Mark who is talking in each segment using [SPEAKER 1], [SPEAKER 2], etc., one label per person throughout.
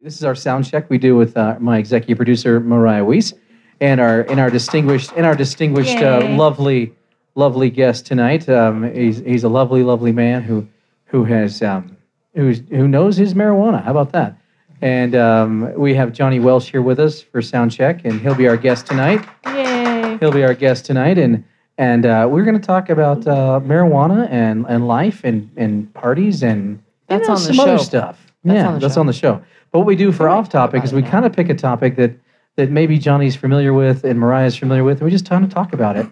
[SPEAKER 1] This is our sound check we do with uh, my executive producer Mariah Weiss, and our and our distinguished and our distinguished uh,
[SPEAKER 2] Yay.
[SPEAKER 1] lovely lovely guest tonight. Um, he's he's a lovely lovely man who who has um, who's, who knows his marijuana. How about that? And um, we have Johnny Welsh here with us for sound check, and he'll be our guest tonight.
[SPEAKER 2] Yay.
[SPEAKER 1] He'll be our guest tonight, and and uh, we're going to talk about uh, marijuana and and life and and parties and you
[SPEAKER 2] That's
[SPEAKER 1] know,
[SPEAKER 2] on the
[SPEAKER 1] some other
[SPEAKER 2] show.
[SPEAKER 1] stuff.
[SPEAKER 2] That's
[SPEAKER 1] yeah,
[SPEAKER 2] on the
[SPEAKER 1] that's
[SPEAKER 2] show.
[SPEAKER 1] on the show. But what we do for
[SPEAKER 2] We
[SPEAKER 1] off topic
[SPEAKER 2] about
[SPEAKER 1] is
[SPEAKER 2] it
[SPEAKER 1] we
[SPEAKER 2] now.
[SPEAKER 1] kind of pick a topic that that maybe Johnny's familiar with and Mariah's familiar with, and we just kind of talk about it.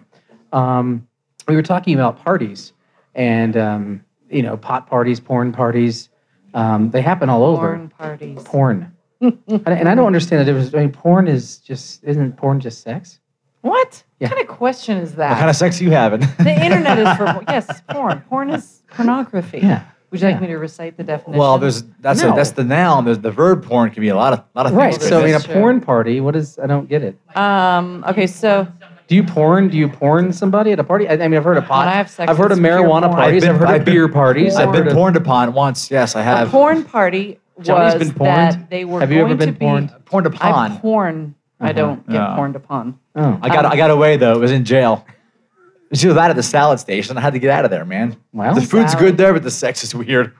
[SPEAKER 1] Um, we were talking about parties, and um, you know, pot parties, porn parties. Um, they happen all over.
[SPEAKER 2] Porn parties.
[SPEAKER 1] Porn. and, and I don't understand the difference. I mean, porn is just isn't porn just sex?
[SPEAKER 2] What?
[SPEAKER 1] Yeah.
[SPEAKER 2] What kind of question is that?
[SPEAKER 3] What kind of sex you having?
[SPEAKER 2] the internet is for yes, porn. Porn is pornography.
[SPEAKER 1] Yeah.
[SPEAKER 2] Would you like
[SPEAKER 1] yeah.
[SPEAKER 2] me to recite the definition?
[SPEAKER 3] well, there's that's
[SPEAKER 1] No.
[SPEAKER 3] a, that's the noun. There's the verb porn can be a lot of lot of
[SPEAKER 1] Right.
[SPEAKER 3] things.
[SPEAKER 1] So in a
[SPEAKER 2] That's true.
[SPEAKER 1] porn party, what is? I don't get it.
[SPEAKER 2] um. Okay, so
[SPEAKER 1] Do you porn? Do you porn somebody at a party? I, I mean, I've heard of pot.
[SPEAKER 2] When I have sex,
[SPEAKER 1] I've heard of
[SPEAKER 2] it's pure
[SPEAKER 1] marijuana
[SPEAKER 2] porn.
[SPEAKER 1] parties.
[SPEAKER 3] I've
[SPEAKER 1] I've,
[SPEAKER 3] been-
[SPEAKER 1] heard of
[SPEAKER 3] I've been-
[SPEAKER 1] beer parties.
[SPEAKER 3] I've been
[SPEAKER 1] heard of-
[SPEAKER 3] porned upon once. Yes, I
[SPEAKER 2] a
[SPEAKER 3] have.
[SPEAKER 2] porn party
[SPEAKER 1] Johnny's
[SPEAKER 2] was
[SPEAKER 1] been porned?
[SPEAKER 2] that they were
[SPEAKER 1] Have you
[SPEAKER 2] going
[SPEAKER 1] ever been
[SPEAKER 2] to be.
[SPEAKER 1] porned?
[SPEAKER 3] porned
[SPEAKER 2] I
[SPEAKER 3] upon.
[SPEAKER 2] porn. I
[SPEAKER 1] Uh-huh.
[SPEAKER 2] don't get
[SPEAKER 3] Yeah.
[SPEAKER 2] porned upon.
[SPEAKER 1] Oh,
[SPEAKER 3] I got
[SPEAKER 2] um,
[SPEAKER 3] I got away though. It was in jail. She was out at the salad station. I had to get out of there, man.
[SPEAKER 1] Well,
[SPEAKER 3] the food's
[SPEAKER 2] salad.
[SPEAKER 3] good there, but the sex is weird.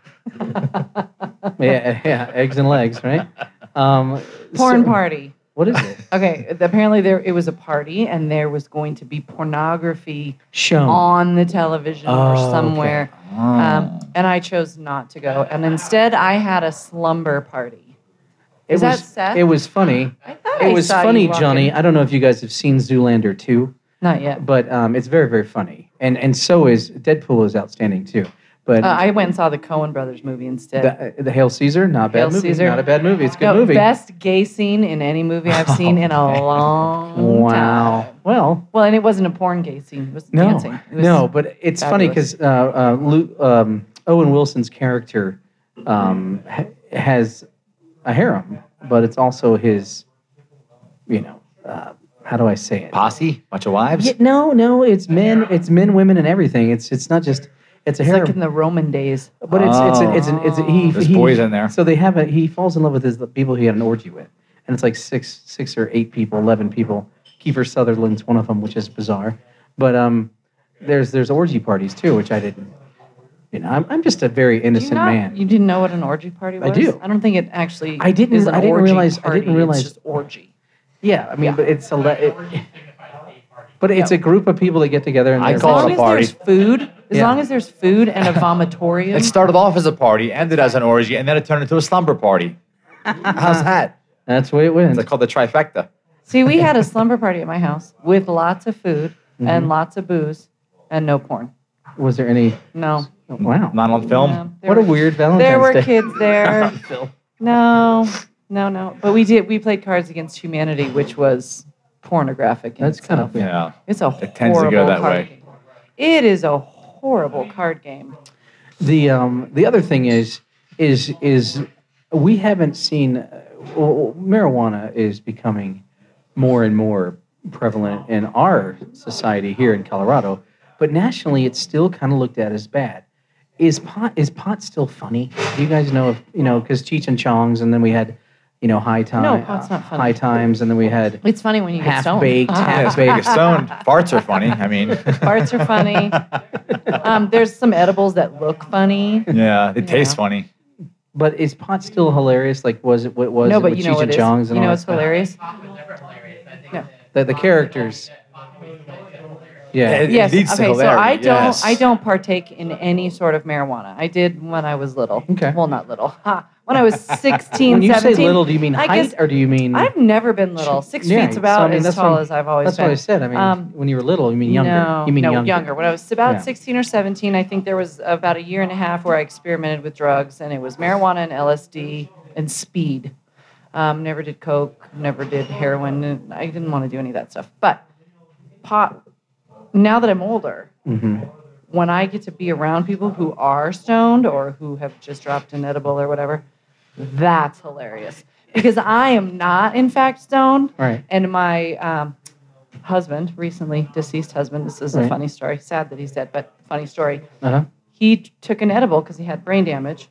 [SPEAKER 1] yeah, yeah, eggs and legs, right? Um,
[SPEAKER 2] Porn
[SPEAKER 1] so-
[SPEAKER 2] party.
[SPEAKER 1] What is it?
[SPEAKER 2] Okay. Apparently, there it was a party, and there was going to be pornography
[SPEAKER 1] Shown.
[SPEAKER 2] on the television
[SPEAKER 1] Oh,
[SPEAKER 2] or
[SPEAKER 1] okay.
[SPEAKER 2] somewhere. Um, and I chose not to go. And instead, I had a slumber party.
[SPEAKER 1] It
[SPEAKER 2] is that
[SPEAKER 1] was,
[SPEAKER 2] Seth?
[SPEAKER 1] It was funny.
[SPEAKER 2] I thought I
[SPEAKER 1] It was
[SPEAKER 2] saw you
[SPEAKER 1] funny,
[SPEAKER 2] walking-
[SPEAKER 1] Johnny. I don't know if you guys have seen Zoolander 2.
[SPEAKER 2] Not yet.
[SPEAKER 1] but um, it's very very funny and and so is deadpool is outstanding too but
[SPEAKER 2] Uh, I went and saw the Cohen Brothers movie instead.
[SPEAKER 1] the, the hail caesar not a bad
[SPEAKER 2] Hail
[SPEAKER 1] movie
[SPEAKER 2] Caesar.
[SPEAKER 1] not a bad movie it's a good
[SPEAKER 2] No,
[SPEAKER 1] movie
[SPEAKER 2] Best gay scene in any movie I've seen in a long
[SPEAKER 1] wow
[SPEAKER 2] time.
[SPEAKER 1] well
[SPEAKER 2] Well, and it wasn't a porn gay scene. It was
[SPEAKER 1] no
[SPEAKER 2] dancing. It was-
[SPEAKER 1] no but it's funny
[SPEAKER 2] fabulous.
[SPEAKER 1] because uh, uh, Lu- um, owen wilson's character um, ha- has a harem but it's also his you know uh, how do i say it
[SPEAKER 3] Posse, bunch of wives.
[SPEAKER 1] Yeah, no no it's men it's men women and everything it's it's not just it's a
[SPEAKER 2] It's
[SPEAKER 1] harem
[SPEAKER 2] like in the Roman days.
[SPEAKER 1] But it's it's an, it's an, it's a, he
[SPEAKER 3] Oh. There's
[SPEAKER 1] he-
[SPEAKER 3] boys in there.
[SPEAKER 1] So they have a, he falls in love with his the people he had an orgy with, and it's like six six or eight people, eleven people. Kiefer Sutherland's one of them, which is bizarre. But um, there's there's orgy parties too, which I didn't. You know, I'm I'm just a very
[SPEAKER 2] Do you
[SPEAKER 1] innocent
[SPEAKER 2] not-
[SPEAKER 1] man.
[SPEAKER 2] You didn't know what an orgy party
[SPEAKER 1] I
[SPEAKER 2] was?
[SPEAKER 1] do.
[SPEAKER 2] I don't think it actually.
[SPEAKER 1] I didn't-
[SPEAKER 2] Is an
[SPEAKER 1] I didn't
[SPEAKER 2] orgy
[SPEAKER 1] realize- I
[SPEAKER 2] Party.
[SPEAKER 1] didn't realize-
[SPEAKER 2] It's just orgy.
[SPEAKER 1] yeah, I mean,
[SPEAKER 2] Yeah.
[SPEAKER 1] but it's a le- it, but it's a group of people that get together and
[SPEAKER 3] I
[SPEAKER 1] they're-
[SPEAKER 2] As
[SPEAKER 3] call
[SPEAKER 2] long
[SPEAKER 3] it
[SPEAKER 2] as
[SPEAKER 3] a party.
[SPEAKER 2] there's food, as
[SPEAKER 1] Yeah.
[SPEAKER 2] long as there's food and a vomitorium,
[SPEAKER 3] It started off as a party, ended as an orgy, and then it turned into a slumber party. How's that?
[SPEAKER 1] That's the way it wins.
[SPEAKER 3] It's called the trifecta.
[SPEAKER 2] See, we had a slumber party at my house with lots of food
[SPEAKER 3] Mm-hmm.
[SPEAKER 2] and lots of booze and no porn.
[SPEAKER 1] Was there any? Oh,
[SPEAKER 2] No.
[SPEAKER 1] Wow,
[SPEAKER 3] Not on film.
[SPEAKER 2] no there
[SPEAKER 1] what a
[SPEAKER 2] were-
[SPEAKER 1] weird Valentine's
[SPEAKER 2] There were
[SPEAKER 1] Day.
[SPEAKER 2] kids there.
[SPEAKER 1] Phil.
[SPEAKER 2] No, no, no. But we did. We played Cards Against Humanity, which was pornographic. in
[SPEAKER 1] That's kind of
[SPEAKER 2] itself.
[SPEAKER 1] weird.
[SPEAKER 3] Yeah.
[SPEAKER 2] It's a
[SPEAKER 3] It tends to go
[SPEAKER 2] horrible
[SPEAKER 3] that
[SPEAKER 2] card
[SPEAKER 3] way.
[SPEAKER 2] game. It is a horrible card game.
[SPEAKER 1] The um, the other thing is is is we haven't seen uh, well, marijuana is becoming more and more prevalent in our society here in Colorado, but nationally it's still kind of looked at as bad. Is pot is pot still funny? Do you guys know if you know because Cheech and Chong's and then we had you know high time
[SPEAKER 2] No, pot's not funny.
[SPEAKER 1] high times and then we had
[SPEAKER 2] It's funny when you get
[SPEAKER 1] half
[SPEAKER 2] stoned.
[SPEAKER 1] baked
[SPEAKER 3] Yeah,
[SPEAKER 1] half
[SPEAKER 3] it's big.
[SPEAKER 1] baked.
[SPEAKER 3] Stoned. Farts are funny. I mean,
[SPEAKER 2] Farts are funny. Um, there's some edibles that look funny.
[SPEAKER 3] yeah, it tastes funny.
[SPEAKER 1] But is pot still hilarious? Like was it what was
[SPEAKER 2] no,
[SPEAKER 1] it
[SPEAKER 2] but
[SPEAKER 1] with
[SPEAKER 2] you know
[SPEAKER 1] Cheech
[SPEAKER 2] what
[SPEAKER 1] and
[SPEAKER 2] is.
[SPEAKER 1] Chong's
[SPEAKER 2] You
[SPEAKER 1] and all
[SPEAKER 2] know
[SPEAKER 1] that
[SPEAKER 2] it's
[SPEAKER 1] stuff?
[SPEAKER 2] hilarious.
[SPEAKER 1] The, the characters. Yeah.
[SPEAKER 3] It- it
[SPEAKER 2] yes.
[SPEAKER 3] leads to
[SPEAKER 2] okay. So I
[SPEAKER 3] hilarity,
[SPEAKER 2] don't.
[SPEAKER 3] yes.
[SPEAKER 2] I don't partake in any sort of marijuana. I did when I was little.
[SPEAKER 1] Okay.
[SPEAKER 2] Well, not little. Ha. When I was 16,
[SPEAKER 1] When you
[SPEAKER 2] 17.
[SPEAKER 1] say little, do you mean
[SPEAKER 2] I
[SPEAKER 1] height
[SPEAKER 2] guess-
[SPEAKER 1] or do you mean?
[SPEAKER 2] I've never been little. Six
[SPEAKER 1] Yeah,
[SPEAKER 2] feet's
[SPEAKER 1] so,
[SPEAKER 2] about
[SPEAKER 1] I mean,
[SPEAKER 2] as
[SPEAKER 1] that's
[SPEAKER 2] tall
[SPEAKER 1] what-
[SPEAKER 2] as I've always
[SPEAKER 1] That's
[SPEAKER 2] been.
[SPEAKER 1] what I said. I mean,
[SPEAKER 2] Um,
[SPEAKER 1] when you were little, you mean younger.
[SPEAKER 2] No,
[SPEAKER 1] you mean
[SPEAKER 2] no,
[SPEAKER 1] younger.
[SPEAKER 2] When I was about
[SPEAKER 1] Yeah.
[SPEAKER 2] 16 or 17, I think there was about a year and a half where I experimented with drugs, and it was marijuana and LSD and speed. Um, never did coke, never did heroin. and I didn't want to do any of that stuff. But pot. Now that I'm older,
[SPEAKER 1] Mhm.
[SPEAKER 2] when I get to be around people who are stoned or who have just dropped an edible or whatever, that's hilarious. Because I am not, in fact, stoned.
[SPEAKER 1] Right.
[SPEAKER 2] And my um, husband, recently deceased husband, this is
[SPEAKER 1] Right.
[SPEAKER 2] a funny story. Sad that he's dead, but funny story.
[SPEAKER 1] Uh-huh.
[SPEAKER 2] He t- took an edible because he had brain damage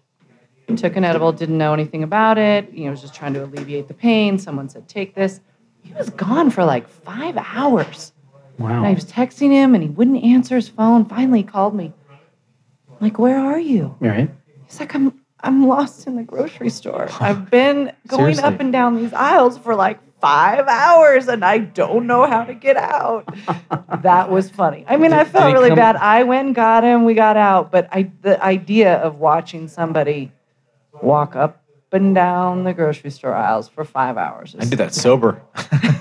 [SPEAKER 2] took an edible, didn't know anything about it. You know, was just trying to alleviate the pain. Someone said, "Take this." He was gone for like five hours. And I
[SPEAKER 1] Wow.
[SPEAKER 2] was texting him, and he wouldn't answer his phone. Finally, he called me. I'm like, where are you?
[SPEAKER 1] All right.
[SPEAKER 2] He's like, I'm I'm lost in the grocery store. I've been going
[SPEAKER 1] Seriously.
[SPEAKER 2] up and down these aisles for like five hours and I don't know how to get out. that was funny. I mean, I
[SPEAKER 1] Did-
[SPEAKER 2] felt
[SPEAKER 1] did he
[SPEAKER 2] really
[SPEAKER 1] come-
[SPEAKER 2] bad. I went, got him, we got out, but I the idea of watching somebody walk up and down the grocery store aisles for five hours.
[SPEAKER 3] I did that sober.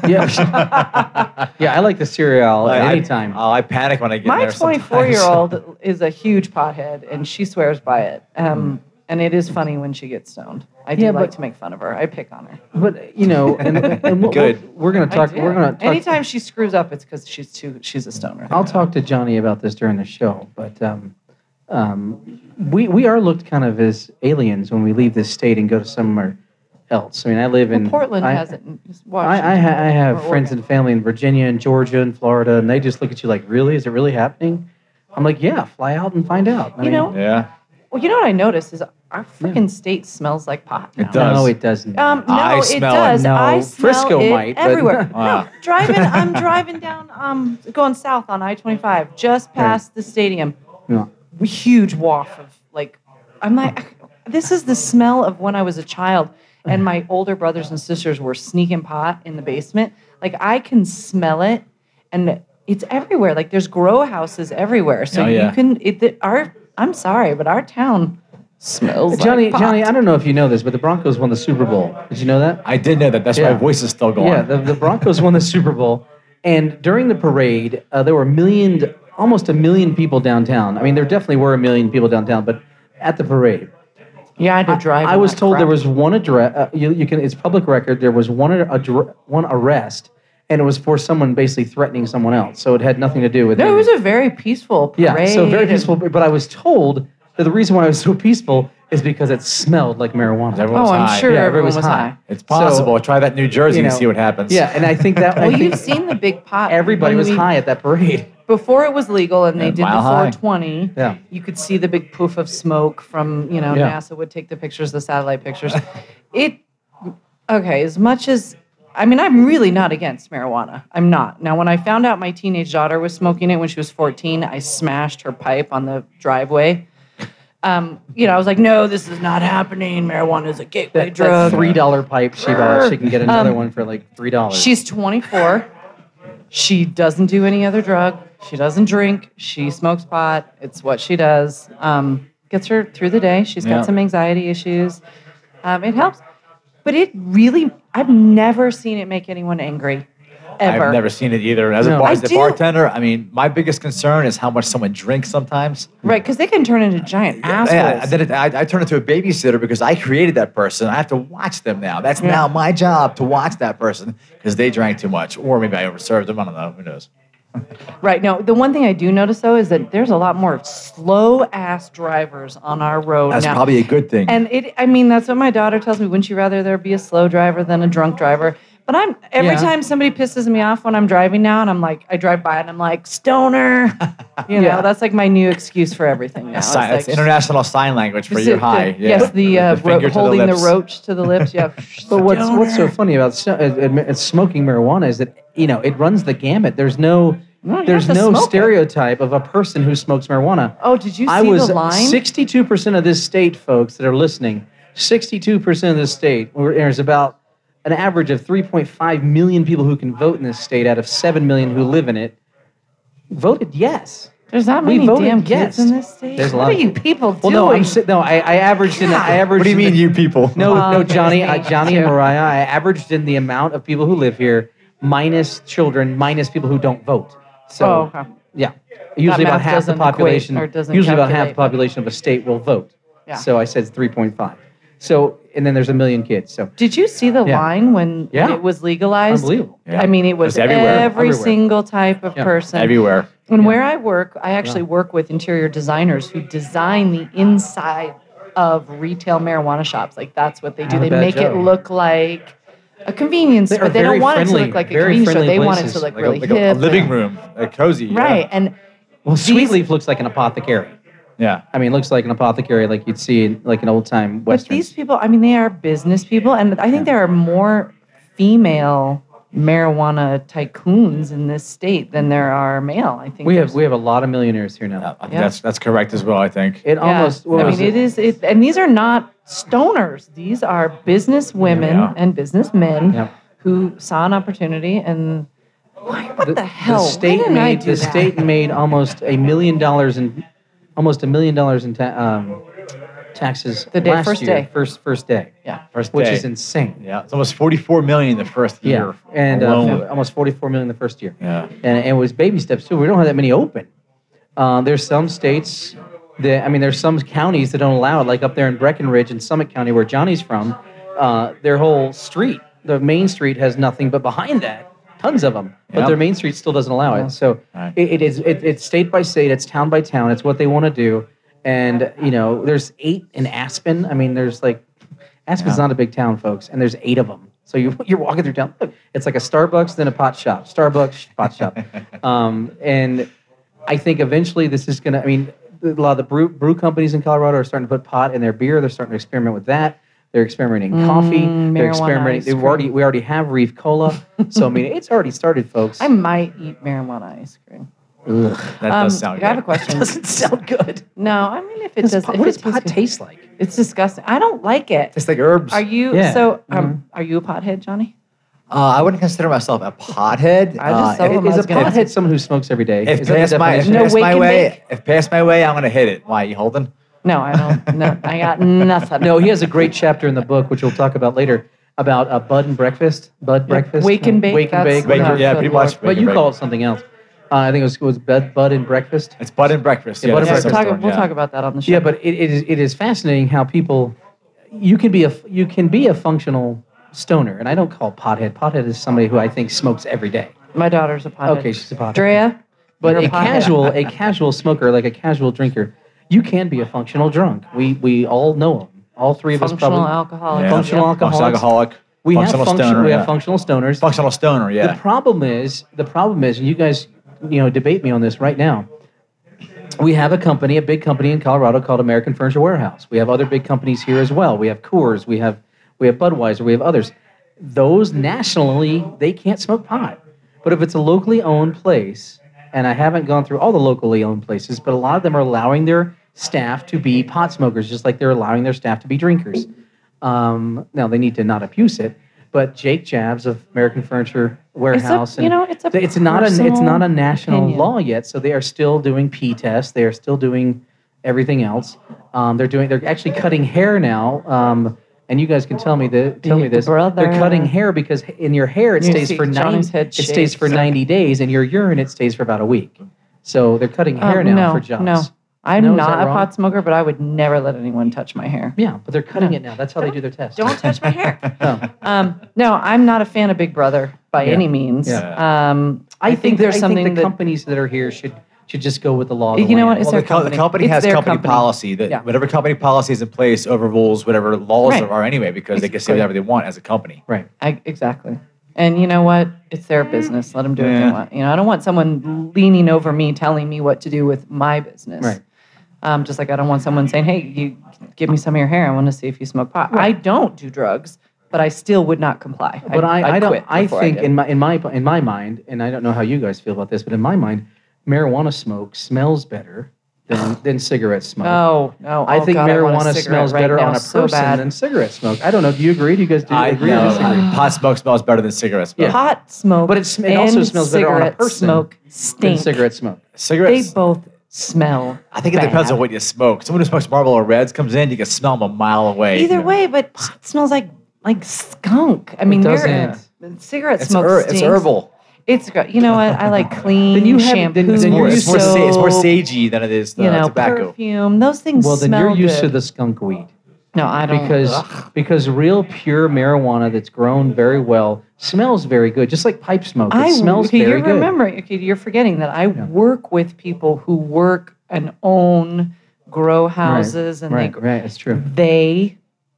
[SPEAKER 1] Yeah. yeah, I like the cereal
[SPEAKER 3] Like,
[SPEAKER 1] at
[SPEAKER 3] I-
[SPEAKER 1] any time.
[SPEAKER 3] Oh, I panic when I get
[SPEAKER 2] My
[SPEAKER 3] there.
[SPEAKER 2] 24 year
[SPEAKER 3] sometimes.
[SPEAKER 2] old is a huge pothead, and she swears by it.
[SPEAKER 3] Mm.
[SPEAKER 2] Um, And it is funny when she gets stoned. I do
[SPEAKER 1] Yeah,
[SPEAKER 2] like
[SPEAKER 1] but-
[SPEAKER 2] to make fun of her. I pick on her.
[SPEAKER 1] But you know, and, and we'll,
[SPEAKER 3] Good.
[SPEAKER 1] we're gonna
[SPEAKER 2] I
[SPEAKER 1] talk.
[SPEAKER 2] do.
[SPEAKER 1] We're gonna talk.
[SPEAKER 2] Anytime she screws up, it's because she's too. She's a stoner.
[SPEAKER 1] I'll talk to Johnny about this during the show, but um, um, we we are looked kind of as aliens when we leave this state and go to somewhere else. I mean, I live in
[SPEAKER 2] Well, Portland
[SPEAKER 1] I,
[SPEAKER 2] has it. in- is Washington,
[SPEAKER 1] I, I, ha- I
[SPEAKER 2] or
[SPEAKER 1] have friends
[SPEAKER 2] Oregon.
[SPEAKER 1] and family in Virginia and Georgia and Florida, and they just look at you like, "Really? Is it really happening?" I'm like, "Yeah, fly out and find out." I
[SPEAKER 2] You
[SPEAKER 1] mean,
[SPEAKER 2] know,
[SPEAKER 3] Yeah.
[SPEAKER 2] Well, you know what I noticed is our freaking state smells like pot.
[SPEAKER 3] It
[SPEAKER 2] now.
[SPEAKER 3] does.
[SPEAKER 1] no, it doesn't.
[SPEAKER 2] Um, no,
[SPEAKER 3] I
[SPEAKER 2] it
[SPEAKER 3] smell it.
[SPEAKER 2] does.
[SPEAKER 1] No,
[SPEAKER 2] I smell
[SPEAKER 1] Frisco
[SPEAKER 2] it
[SPEAKER 1] might, but-
[SPEAKER 2] everywhere.
[SPEAKER 3] Ah.
[SPEAKER 2] No, driving. I'm driving down. Um, going south on I-25, just past the stadium.
[SPEAKER 1] No.
[SPEAKER 2] huge waft of like I'm like this is the smell of when I was a child and my older brothers and sisters were sneaking pot in the basement. Like I can smell it and it's everywhere. Like there's grow houses everywhere. So
[SPEAKER 3] Oh, yeah.
[SPEAKER 2] you can it the, our I'm sorry, but our town smells
[SPEAKER 1] Johnny,
[SPEAKER 2] like pot.
[SPEAKER 1] Johnny, I don't know if you know this, but the Broncos won the Super Bowl. Did you know that?
[SPEAKER 3] I did know that. That's why
[SPEAKER 1] Yeah.
[SPEAKER 3] my voice is still going.
[SPEAKER 1] Yeah, the, the Broncos won the Super Bowl, and during the parade, uh, there were a million, almost a million people downtown. I mean, there definitely were a million people downtown, but at the parade,
[SPEAKER 2] yeah, I had to drive.
[SPEAKER 1] I
[SPEAKER 2] in
[SPEAKER 1] was
[SPEAKER 2] that
[SPEAKER 1] told there
[SPEAKER 2] crap.
[SPEAKER 1] was one address. Uh, you, you can, it's public record. There was one addre- one arrest, and it was for someone basically threatening someone else. So it had nothing to do with.
[SPEAKER 2] No, it
[SPEAKER 1] any-
[SPEAKER 2] was a very peaceful parade.
[SPEAKER 1] yeah, so very
[SPEAKER 2] and-
[SPEAKER 1] peaceful. But I was told that the reason why it was so peaceful is because it smelled like marijuana.
[SPEAKER 3] Everyone
[SPEAKER 2] Oh,
[SPEAKER 3] was
[SPEAKER 2] I'm
[SPEAKER 3] high.
[SPEAKER 2] sure
[SPEAKER 1] Yeah,
[SPEAKER 2] everyone was
[SPEAKER 1] everyone's
[SPEAKER 2] high.
[SPEAKER 1] high.
[SPEAKER 3] It's possible. Try that in New Jersey
[SPEAKER 1] you
[SPEAKER 3] and
[SPEAKER 1] know,
[SPEAKER 3] see what happens.
[SPEAKER 1] Yeah, and I think that. I
[SPEAKER 2] Well,
[SPEAKER 1] think
[SPEAKER 2] you've seen the big pot.
[SPEAKER 1] everybody
[SPEAKER 2] when
[SPEAKER 1] was
[SPEAKER 2] we-
[SPEAKER 1] high at that parade.
[SPEAKER 2] before it was legal and they
[SPEAKER 3] Yeah,
[SPEAKER 2] did the
[SPEAKER 3] mile high.
[SPEAKER 2] 420
[SPEAKER 1] Yeah.
[SPEAKER 2] you could see the big poof of smoke from you know
[SPEAKER 1] Yeah.
[SPEAKER 2] nasa would take the pictures the satellite pictures it okay as much as i mean i'm really not against marijuana i'm not now when i found out my teenage daughter was smoking it when she was 14 i smashed her pipe on the driveway um, you know i was like no this is not happening marijuana is a gateway
[SPEAKER 1] that,
[SPEAKER 2] drug
[SPEAKER 1] three dollar pipe she bought. She can
[SPEAKER 2] Um,
[SPEAKER 1] get another one for like three dollars.
[SPEAKER 2] She's 24. She doesn't do any other drug. She doesn't drink. She smokes pot. It's what she does. Um, gets her through the day. She's
[SPEAKER 3] Yeah.
[SPEAKER 2] got some anxiety issues. Um, it helps. But it really, I've never seen it make anyone angry. Ever.
[SPEAKER 3] I've never seen it either. As a
[SPEAKER 1] No.
[SPEAKER 3] bar,
[SPEAKER 1] I
[SPEAKER 3] as a
[SPEAKER 2] do-
[SPEAKER 3] bartender, I mean, my biggest concern is how much someone drinks sometimes.
[SPEAKER 2] Right, because they can turn into giant assholes.
[SPEAKER 3] Yeah, and then it, I, I turn into a babysitter because I created that person. I have to watch them now. That's now my job to watch that person because they drank too much, or maybe I overserved them. I don't know. Who knows?
[SPEAKER 2] Right. No, the one thing I do notice though is that there's a lot more slow ass drivers on our road
[SPEAKER 3] That's
[SPEAKER 2] now.
[SPEAKER 3] probably a good thing.
[SPEAKER 2] And it, I mean, that's what my daughter tells me. Wouldn't you rather there be a slow driver than a drunk driver? But I'm every
[SPEAKER 1] Yeah.
[SPEAKER 2] time somebody pisses me off when I'm driving now, and I'm like, I drive by and I'm like, stoner. You know,
[SPEAKER 1] Yeah.
[SPEAKER 2] that's like my new excuse for everything now.
[SPEAKER 3] That's
[SPEAKER 2] It's
[SPEAKER 3] si- that's
[SPEAKER 2] like-
[SPEAKER 3] international sign language for
[SPEAKER 2] Is
[SPEAKER 3] your
[SPEAKER 2] it the-
[SPEAKER 3] high. yeah.
[SPEAKER 2] Yes, the, uh, ro-
[SPEAKER 3] finger to
[SPEAKER 2] holding the,
[SPEAKER 3] lips.
[SPEAKER 2] roach to the lips. Yeah.
[SPEAKER 1] but what's what's so funny about so- uh, admi- uh, smoking marijuana is that you know it runs the gamut. There's no,
[SPEAKER 2] No, you
[SPEAKER 1] there's
[SPEAKER 2] have to
[SPEAKER 1] no
[SPEAKER 2] smoke it.
[SPEAKER 1] stereotype of a person who smokes marijuana.
[SPEAKER 2] Oh, did you see
[SPEAKER 1] I was
[SPEAKER 2] the line?
[SPEAKER 1] 62% of this state, folks that are listening. 62% of this state. where There's about an average of 3.5 million people who can vote in this state out of 7 million who live in it. Voted yes.
[SPEAKER 2] There's not
[SPEAKER 1] We
[SPEAKER 2] many
[SPEAKER 1] voted
[SPEAKER 2] damn kids
[SPEAKER 1] yes.
[SPEAKER 2] in this state.
[SPEAKER 1] There's a
[SPEAKER 2] what
[SPEAKER 1] lot
[SPEAKER 2] are
[SPEAKER 1] of-
[SPEAKER 2] you people
[SPEAKER 1] Well,
[SPEAKER 2] doing?
[SPEAKER 1] no, I'm si- no, I, I averaged in. I averaged.
[SPEAKER 3] What do you
[SPEAKER 1] in
[SPEAKER 3] mean,
[SPEAKER 1] the-
[SPEAKER 3] you people?
[SPEAKER 1] No,
[SPEAKER 2] Oh,
[SPEAKER 1] no,
[SPEAKER 2] there's
[SPEAKER 1] Johnny,
[SPEAKER 2] me.
[SPEAKER 1] uh, Johnny and
[SPEAKER 2] Yeah.
[SPEAKER 1] Mariah. I averaged in the amount of people who live here, minus children, minus people who don't vote. So,
[SPEAKER 2] Oh, okay.
[SPEAKER 1] yeah, usually about
[SPEAKER 2] math
[SPEAKER 1] half the
[SPEAKER 2] doesn't equate
[SPEAKER 1] population.
[SPEAKER 2] or doesn't
[SPEAKER 1] usually about half the
[SPEAKER 2] calculate.
[SPEAKER 1] population of a state will vote.
[SPEAKER 2] Yeah.
[SPEAKER 1] So I said three point five. So and then there's a million kids. So
[SPEAKER 2] Did you see the
[SPEAKER 1] Yeah.
[SPEAKER 2] line when
[SPEAKER 1] Yeah.
[SPEAKER 2] it was legalized?
[SPEAKER 1] Unbelievable.
[SPEAKER 3] Yeah.
[SPEAKER 2] I mean, it was,
[SPEAKER 3] It was everywhere.
[SPEAKER 2] every
[SPEAKER 1] Everywhere.
[SPEAKER 2] single type of
[SPEAKER 1] Yeah.
[SPEAKER 2] person.
[SPEAKER 3] Everywhere.
[SPEAKER 2] And where I work, I actually work with interior designers who design the inside of retail marijuana shops. Like that's what they do.
[SPEAKER 1] Not a
[SPEAKER 2] They
[SPEAKER 1] bad
[SPEAKER 2] make it
[SPEAKER 1] job.
[SPEAKER 2] look like a convenience,
[SPEAKER 1] They are
[SPEAKER 2] but they don't
[SPEAKER 1] very
[SPEAKER 2] want it to
[SPEAKER 1] friendly-
[SPEAKER 2] look like a
[SPEAKER 1] very
[SPEAKER 2] convenience store.
[SPEAKER 1] friendly
[SPEAKER 2] They want it to
[SPEAKER 1] places,
[SPEAKER 2] look
[SPEAKER 3] Like,
[SPEAKER 2] really
[SPEAKER 3] a, like a- a
[SPEAKER 2] hip.
[SPEAKER 3] living
[SPEAKER 2] and-
[SPEAKER 3] room, like cozy. yeah.
[SPEAKER 2] Right. And
[SPEAKER 1] well,
[SPEAKER 2] These-
[SPEAKER 1] Sweetleaf looks like an apothecary.
[SPEAKER 3] Yeah.
[SPEAKER 1] I mean, it looks like an apothecary, like you'd see in like an old time
[SPEAKER 2] But
[SPEAKER 1] western.
[SPEAKER 2] these people, I mean, they are business people, and I think there are more female marijuana tycoons in this state than there are male. I think
[SPEAKER 1] we
[SPEAKER 2] there's-
[SPEAKER 1] have we have a lot of millionaires here
[SPEAKER 3] I
[SPEAKER 1] now.
[SPEAKER 3] think
[SPEAKER 2] Yeah.
[SPEAKER 3] that's that's correct as well. I think.
[SPEAKER 1] It
[SPEAKER 2] Yeah.
[SPEAKER 1] almost. What
[SPEAKER 2] I
[SPEAKER 1] was
[SPEAKER 2] mean, it
[SPEAKER 1] it?
[SPEAKER 2] is, it, and these are not stoners. These are business women
[SPEAKER 3] Yeah.
[SPEAKER 2] and businessmen
[SPEAKER 1] Yeah.
[SPEAKER 2] who saw an opportunity and why, what the, hell? Why
[SPEAKER 1] state
[SPEAKER 2] didn't
[SPEAKER 1] made
[SPEAKER 2] I do
[SPEAKER 1] the
[SPEAKER 2] that?
[SPEAKER 1] state made almost a million dollars in almost a million dollars in ta- um, taxes
[SPEAKER 2] The day-
[SPEAKER 1] last
[SPEAKER 2] first
[SPEAKER 1] year,
[SPEAKER 2] day.
[SPEAKER 1] first first day,
[SPEAKER 2] Yeah.
[SPEAKER 3] First
[SPEAKER 1] which
[SPEAKER 3] day.
[SPEAKER 1] is insane.
[SPEAKER 3] Yeah, it's almost 44 million in the first
[SPEAKER 1] Yeah,
[SPEAKER 3] year.
[SPEAKER 1] and
[SPEAKER 3] alone.
[SPEAKER 1] uh, almost forty four million the first year.
[SPEAKER 3] yeah.
[SPEAKER 1] and, and it was baby steps too. We don't have that many open. Uh, there's some states that I mean, there's some counties that don't allow it. Like up there in Breckenridge and Summit County, where Johnny's from, uh, their whole street, the main street, has nothing. But behind that, tons of them. But
[SPEAKER 3] Yeah.
[SPEAKER 1] their main street still doesn't allow it. So
[SPEAKER 3] Right.
[SPEAKER 1] it, it is it, it's state by state, it's town by town, it's what they want to do. And you know, there's eight in Aspen. I mean, there's like Aspen's
[SPEAKER 3] Yeah.
[SPEAKER 1] not a big town, folks, and there's eight of them. So you, you're walking through town. Look, it's like a Starbucks, then a pot shop. Starbucks, pot shop. Um, and I think eventually this is going to, I mean, a lot of the brew, brew companies in Colorado are starting to put pot in their beer. They're starting to experiment with that. They're experimenting coffee. They're
[SPEAKER 2] Mm, marijuana
[SPEAKER 1] experimenting.
[SPEAKER 2] ice
[SPEAKER 1] They've
[SPEAKER 2] cream.
[SPEAKER 1] already, we already have Reef Cola. so, I mean, it's already started, folks.
[SPEAKER 2] I might eat marijuana ice cream.
[SPEAKER 1] Ugh.
[SPEAKER 3] That
[SPEAKER 2] Um,
[SPEAKER 3] does sound good.
[SPEAKER 2] I have a question.
[SPEAKER 1] Doesn't sound good.
[SPEAKER 2] No, I mean if it
[SPEAKER 1] Does
[SPEAKER 2] does,
[SPEAKER 1] pot-
[SPEAKER 2] if
[SPEAKER 1] what
[SPEAKER 2] it
[SPEAKER 1] does
[SPEAKER 2] tastes
[SPEAKER 1] pot
[SPEAKER 2] good-
[SPEAKER 1] taste like?
[SPEAKER 2] It's disgusting. I don't like it.
[SPEAKER 3] It's like herbs.
[SPEAKER 2] Are you
[SPEAKER 1] Yeah. Mm-hmm.
[SPEAKER 2] so? Um, Are you a pothead, Johnny?
[SPEAKER 3] Uh, I wouldn't consider myself a pothead.
[SPEAKER 2] I just
[SPEAKER 3] uh,
[SPEAKER 2] saw
[SPEAKER 3] if-
[SPEAKER 2] him.
[SPEAKER 1] Is
[SPEAKER 2] I
[SPEAKER 1] a
[SPEAKER 2] was gonna-
[SPEAKER 1] pothead someone who smokes every day?
[SPEAKER 3] If,
[SPEAKER 1] Is that the
[SPEAKER 3] past my if
[SPEAKER 1] definition?
[SPEAKER 2] No,
[SPEAKER 3] past
[SPEAKER 2] wake
[SPEAKER 3] my
[SPEAKER 2] and
[SPEAKER 3] way
[SPEAKER 2] bake.
[SPEAKER 3] if past my way, I'm gonna hit it. Why you holding?
[SPEAKER 2] No, I don't. No, I got nothing.
[SPEAKER 1] No, he has a great chapter in the book, which we'll talk about later, about a bud and breakfast. Bud breakfast.
[SPEAKER 2] wake and bake,
[SPEAKER 1] Wake and
[SPEAKER 2] that's-
[SPEAKER 1] bake.
[SPEAKER 3] Wake-
[SPEAKER 1] whatever.
[SPEAKER 3] yeah,
[SPEAKER 2] good
[SPEAKER 3] pretty
[SPEAKER 2] lord.
[SPEAKER 3] much.
[SPEAKER 1] but
[SPEAKER 3] wake
[SPEAKER 1] you
[SPEAKER 3] and
[SPEAKER 1] call
[SPEAKER 3] bake.
[SPEAKER 1] it something else. Uh, I think it was, it was bud, bud and breakfast.
[SPEAKER 3] It's bud and breakfast.
[SPEAKER 1] Yeah, bud and
[SPEAKER 3] that's
[SPEAKER 2] Yeah,
[SPEAKER 1] breakfast.
[SPEAKER 2] we'll talk,
[SPEAKER 3] what I'm doing,
[SPEAKER 2] we'll
[SPEAKER 3] yeah.
[SPEAKER 2] talk about that on the show.
[SPEAKER 1] Yeah, but it, it is it is fascinating how people you can be a you can be a functional stoner, and I don't call pothead. Pothead is somebody who I think smokes every day.
[SPEAKER 2] my daughter's a pothead.
[SPEAKER 1] Okay, she's a pothead.
[SPEAKER 2] Drea,
[SPEAKER 1] But
[SPEAKER 2] you're
[SPEAKER 1] a
[SPEAKER 2] pothead.
[SPEAKER 1] casual, a casual smoker, like a casual drinker, you can be a functional drunk. We we all know them. All three of us
[SPEAKER 2] functional
[SPEAKER 1] probably.
[SPEAKER 2] alcoholic.
[SPEAKER 3] Yeah.
[SPEAKER 1] Functional
[SPEAKER 3] Functional
[SPEAKER 1] alcoholics.
[SPEAKER 3] alcoholic.
[SPEAKER 1] We have
[SPEAKER 3] functional
[SPEAKER 1] function,
[SPEAKER 3] stoner.
[SPEAKER 1] we
[SPEAKER 3] yeah.
[SPEAKER 1] have functional stoners.
[SPEAKER 3] functional stoner. Yeah.
[SPEAKER 1] The problem is, the problem is, and you guys, you know, debate me on this right now. We have a company, a big company in Colorado called American Furniture Warehouse. We have other big companies here as well. We have Coors, we have we have Budweiser, we have others. Those nationally, they can't smoke pot. But if it's a locally owned place, and I haven't gone through all the locally owned places, but a lot of them are allowing their staff to be pot smokers, just like they're allowing their staff to be drinkers. Um, now they need to not abuse it, but Jake Jabs of American Furniture Warehouse,
[SPEAKER 2] you know, it's a
[SPEAKER 1] th- it's not a it's
[SPEAKER 2] personal
[SPEAKER 1] not a national
[SPEAKER 2] opinion.
[SPEAKER 1] law yet, so they are still doing pee tests. They are still doing everything else. Um, they're doing they're actually cutting hair now. Um, and you guys can tell me the tell me
[SPEAKER 2] Big
[SPEAKER 1] this.
[SPEAKER 2] brother.
[SPEAKER 1] They're cutting hair because in your hair it
[SPEAKER 2] You
[SPEAKER 1] stays
[SPEAKER 2] see
[SPEAKER 1] for
[SPEAKER 2] Johnny's
[SPEAKER 1] ninety
[SPEAKER 2] head
[SPEAKER 1] it stays
[SPEAKER 2] shaved,
[SPEAKER 1] for
[SPEAKER 2] so-
[SPEAKER 1] ninety days, and your urine it stays for about a week. So they're cutting
[SPEAKER 2] Um,
[SPEAKER 1] hair now
[SPEAKER 2] no,
[SPEAKER 1] for jobs.
[SPEAKER 2] No, I'm
[SPEAKER 1] No, is
[SPEAKER 2] not
[SPEAKER 1] that
[SPEAKER 2] a
[SPEAKER 1] wrong?
[SPEAKER 2] pot smoker, but I would never let anyone touch my hair.
[SPEAKER 1] Yeah, but they're cutting
[SPEAKER 2] No.
[SPEAKER 1] it now. That's how they do their tests.
[SPEAKER 2] Don't touch my hair.
[SPEAKER 1] Oh.
[SPEAKER 2] Um, no, I'm not a fan of Big Brother by
[SPEAKER 1] Yeah.
[SPEAKER 2] any means.
[SPEAKER 3] Yeah.
[SPEAKER 2] Um,
[SPEAKER 1] I, think,
[SPEAKER 2] there's
[SPEAKER 1] I
[SPEAKER 2] something
[SPEAKER 1] think the
[SPEAKER 2] that
[SPEAKER 1] companies that are here should should just go with the law. Of the
[SPEAKER 2] You know
[SPEAKER 1] land.
[SPEAKER 2] what, it's
[SPEAKER 3] Well,
[SPEAKER 2] their
[SPEAKER 3] the, co- the
[SPEAKER 2] company.
[SPEAKER 3] company
[SPEAKER 2] It's
[SPEAKER 3] has
[SPEAKER 2] their
[SPEAKER 3] company,
[SPEAKER 2] company.
[SPEAKER 3] policy that
[SPEAKER 2] Yeah.
[SPEAKER 3] whatever company policy is in place overrules whatever laws
[SPEAKER 2] Right.
[SPEAKER 3] there are anyway because they can say
[SPEAKER 1] Exactly.
[SPEAKER 3] whatever they want as a company.
[SPEAKER 1] right?
[SPEAKER 2] I, exactly. And you know what? It's their business. Let them do what they
[SPEAKER 3] Yeah.
[SPEAKER 2] want. You know, I don't want someone leaning over me telling me what to do with my business.
[SPEAKER 1] Right.
[SPEAKER 2] Um, just like I don't want someone saying, "Hey, you give me some of your hair. I want to see if you smoke pot." I don't do drugs, but I still would not comply.
[SPEAKER 1] But I, I,
[SPEAKER 2] I'd
[SPEAKER 1] don't.
[SPEAKER 2] quit
[SPEAKER 1] I
[SPEAKER 2] before
[SPEAKER 1] think
[SPEAKER 2] did.
[SPEAKER 1] in my in my in my mind, and I don't know how you guys feel about this, but in my mind, marijuana smoke smells better than than cigarette smoke.
[SPEAKER 2] no, no.
[SPEAKER 1] I
[SPEAKER 2] Oh,
[SPEAKER 1] think
[SPEAKER 2] God, want a
[SPEAKER 1] marijuana
[SPEAKER 2] cigarette
[SPEAKER 1] smells
[SPEAKER 2] right
[SPEAKER 1] better
[SPEAKER 2] now
[SPEAKER 1] on a
[SPEAKER 2] so
[SPEAKER 1] person
[SPEAKER 2] bad.
[SPEAKER 1] than cigarette smoke. I don't know. Do you agree? Do you guys do
[SPEAKER 3] I
[SPEAKER 1] agree
[SPEAKER 3] know. uh,
[SPEAKER 1] or disagree?
[SPEAKER 3] Pot smoke smells better than cigarette smoke.
[SPEAKER 2] Pot smoke,
[SPEAKER 1] But it sm- it also
[SPEAKER 2] and
[SPEAKER 1] smells better on a
[SPEAKER 2] cigarette
[SPEAKER 1] person
[SPEAKER 2] Smoke
[SPEAKER 1] Than
[SPEAKER 2] stink.
[SPEAKER 1] cigarette smoke.
[SPEAKER 2] They
[SPEAKER 3] Cigarettes.
[SPEAKER 2] both smell.
[SPEAKER 3] I think it depends
[SPEAKER 2] bad.
[SPEAKER 3] on what you smoke. Someone who smokes Marlboro Reds comes in, you can smell them a mile away.
[SPEAKER 2] Either
[SPEAKER 3] you know.
[SPEAKER 2] way, but pot smells like like skunk. I mean, you're-
[SPEAKER 1] doesn't.
[SPEAKER 2] cigarette
[SPEAKER 3] it's,
[SPEAKER 2] smoke
[SPEAKER 3] her-
[SPEAKER 2] stinks.
[SPEAKER 3] it's herbal.
[SPEAKER 2] It's gr- you know what I like clean
[SPEAKER 1] Then you have-
[SPEAKER 2] shampoo.
[SPEAKER 1] then- then
[SPEAKER 3] More-
[SPEAKER 1] you're
[SPEAKER 3] it's, more, sa- it's more
[SPEAKER 2] soap,
[SPEAKER 3] sagey than it is the
[SPEAKER 2] you know,
[SPEAKER 3] tobacco.
[SPEAKER 2] perfume. Those things.
[SPEAKER 1] uh, Well, then
[SPEAKER 2] smell
[SPEAKER 1] you're used to
[SPEAKER 2] good.
[SPEAKER 1] the skunk weed
[SPEAKER 2] No, I don't.
[SPEAKER 1] because
[SPEAKER 2] ugh.
[SPEAKER 1] because real pure marijuana that's grown very well smells very good, just like pipe smoke. It
[SPEAKER 2] I
[SPEAKER 1] smells
[SPEAKER 2] okay,
[SPEAKER 1] very
[SPEAKER 2] you're
[SPEAKER 1] good.
[SPEAKER 2] remembering. Okay, you're forgetting that I
[SPEAKER 1] Yeah.
[SPEAKER 2] work with people who work and own grow houses, and
[SPEAKER 1] right,
[SPEAKER 2] they gr-
[SPEAKER 1] right, it's true.
[SPEAKER 2] they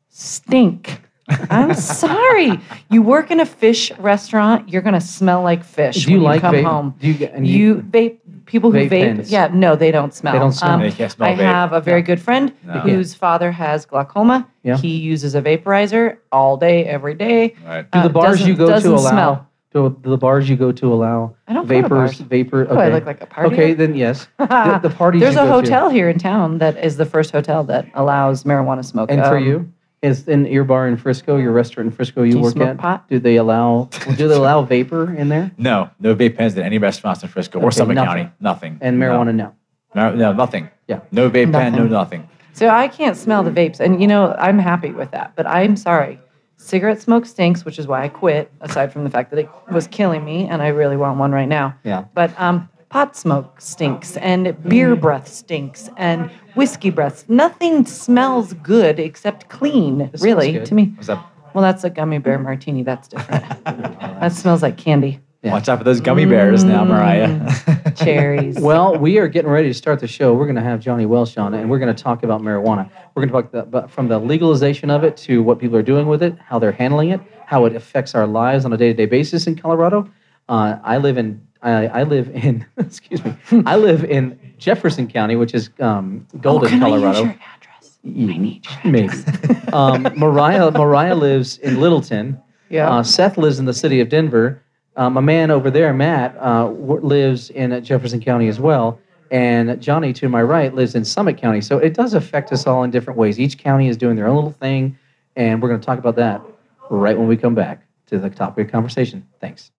[SPEAKER 2] stink. I'm sorry. You work in a fish restaurant, you're gonna smell like fish
[SPEAKER 1] Do you
[SPEAKER 2] when
[SPEAKER 1] like
[SPEAKER 2] come
[SPEAKER 1] vape?
[SPEAKER 2] home.
[SPEAKER 1] Do you, get- and you,
[SPEAKER 2] You vape people who
[SPEAKER 1] Vape
[SPEAKER 2] vape.
[SPEAKER 1] pens.
[SPEAKER 2] Yeah, no, they don't smell.
[SPEAKER 1] They don't smell.
[SPEAKER 2] Um,
[SPEAKER 3] They can't smell
[SPEAKER 2] I
[SPEAKER 3] vape.
[SPEAKER 2] have a very good friend
[SPEAKER 3] No.
[SPEAKER 2] whose father has glaucoma.
[SPEAKER 1] Yeah.
[SPEAKER 2] He uses a vaporizer all day, every day.
[SPEAKER 3] All right.
[SPEAKER 1] do
[SPEAKER 2] uh,
[SPEAKER 1] the bars
[SPEAKER 2] doesn't-
[SPEAKER 1] you go to
[SPEAKER 2] doesn't
[SPEAKER 1] allow?
[SPEAKER 2] smell.
[SPEAKER 1] Do, do the bars you go to allow
[SPEAKER 2] I don't go to
[SPEAKER 1] vapors?
[SPEAKER 2] bars.
[SPEAKER 1] Vapor. Okay.
[SPEAKER 2] Oh, I look like a party.
[SPEAKER 1] okay, then yes. The, the parties.
[SPEAKER 2] There's
[SPEAKER 1] you
[SPEAKER 2] a
[SPEAKER 1] go to.
[SPEAKER 2] hotel here in town that is the first hotel that allows marijuana smoke.
[SPEAKER 1] And for
[SPEAKER 2] Um,
[SPEAKER 1] you, is in your bar in Frisco, your restaurant in Frisco, you,
[SPEAKER 2] Do you
[SPEAKER 1] work
[SPEAKER 2] smoke
[SPEAKER 1] at?
[SPEAKER 2] pot?
[SPEAKER 1] Do they allow? Do they allow vapor in there
[SPEAKER 3] No, no vape pens at any restaurants in Frisco or
[SPEAKER 1] Okay,
[SPEAKER 3] Summit
[SPEAKER 1] nothing.
[SPEAKER 3] County. Nothing.
[SPEAKER 1] and
[SPEAKER 3] No.
[SPEAKER 1] marijuana? No.
[SPEAKER 3] No, no, nothing.
[SPEAKER 1] Yeah.
[SPEAKER 3] No vape pen, no
[SPEAKER 2] Nothing.
[SPEAKER 3] nothing.
[SPEAKER 2] So I can't smell the vapes, and you know I'm happy with that. But I'm sorry, cigarette smoke stinks, which is why I quit. Aside from the fact that it was killing me, and I really want one right now.
[SPEAKER 1] Yeah. Mm-hmm.
[SPEAKER 2] But um, pot smoke stinks, and beer breath stinks, and whiskey breath. Nothing smells good except clean,
[SPEAKER 1] smells
[SPEAKER 2] really,
[SPEAKER 1] good.
[SPEAKER 2] to me.
[SPEAKER 3] What's up?
[SPEAKER 2] Well, that's a gummy bear martini. That's different. that smells like candy,
[SPEAKER 1] Yeah.
[SPEAKER 3] Watch out for those gummy bears now, Mariah.
[SPEAKER 2] Mm, cherries.
[SPEAKER 1] Well, we are getting ready to start the show. We're going to have Johnny Welsh on, and we're going to talk about marijuana. We're going to talk about, about- from the legalization of it to what people are doing with it, how they're handling it, how it affects our lives on a day-to-day basis in Colorado. Uh, I live in I, I live in excuse me I live in Jefferson County, which is um,
[SPEAKER 2] oh,
[SPEAKER 1] Golden,
[SPEAKER 2] can
[SPEAKER 1] Colorado.
[SPEAKER 2] I use your address?
[SPEAKER 1] I need maybe. um, Mariah Mariah lives in Littleton.
[SPEAKER 2] Yeah.
[SPEAKER 1] Uh, Seth lives in the city of Denver. Um, a man over there, Matt, uh, w- lives in uh, Jefferson County as well. And Johnny, to my right, lives in Summit County. So it does affect us all in different ways. Each county is doing their own little thing. And we're going to talk about that right when we come back to the topic of conversation. Thanks.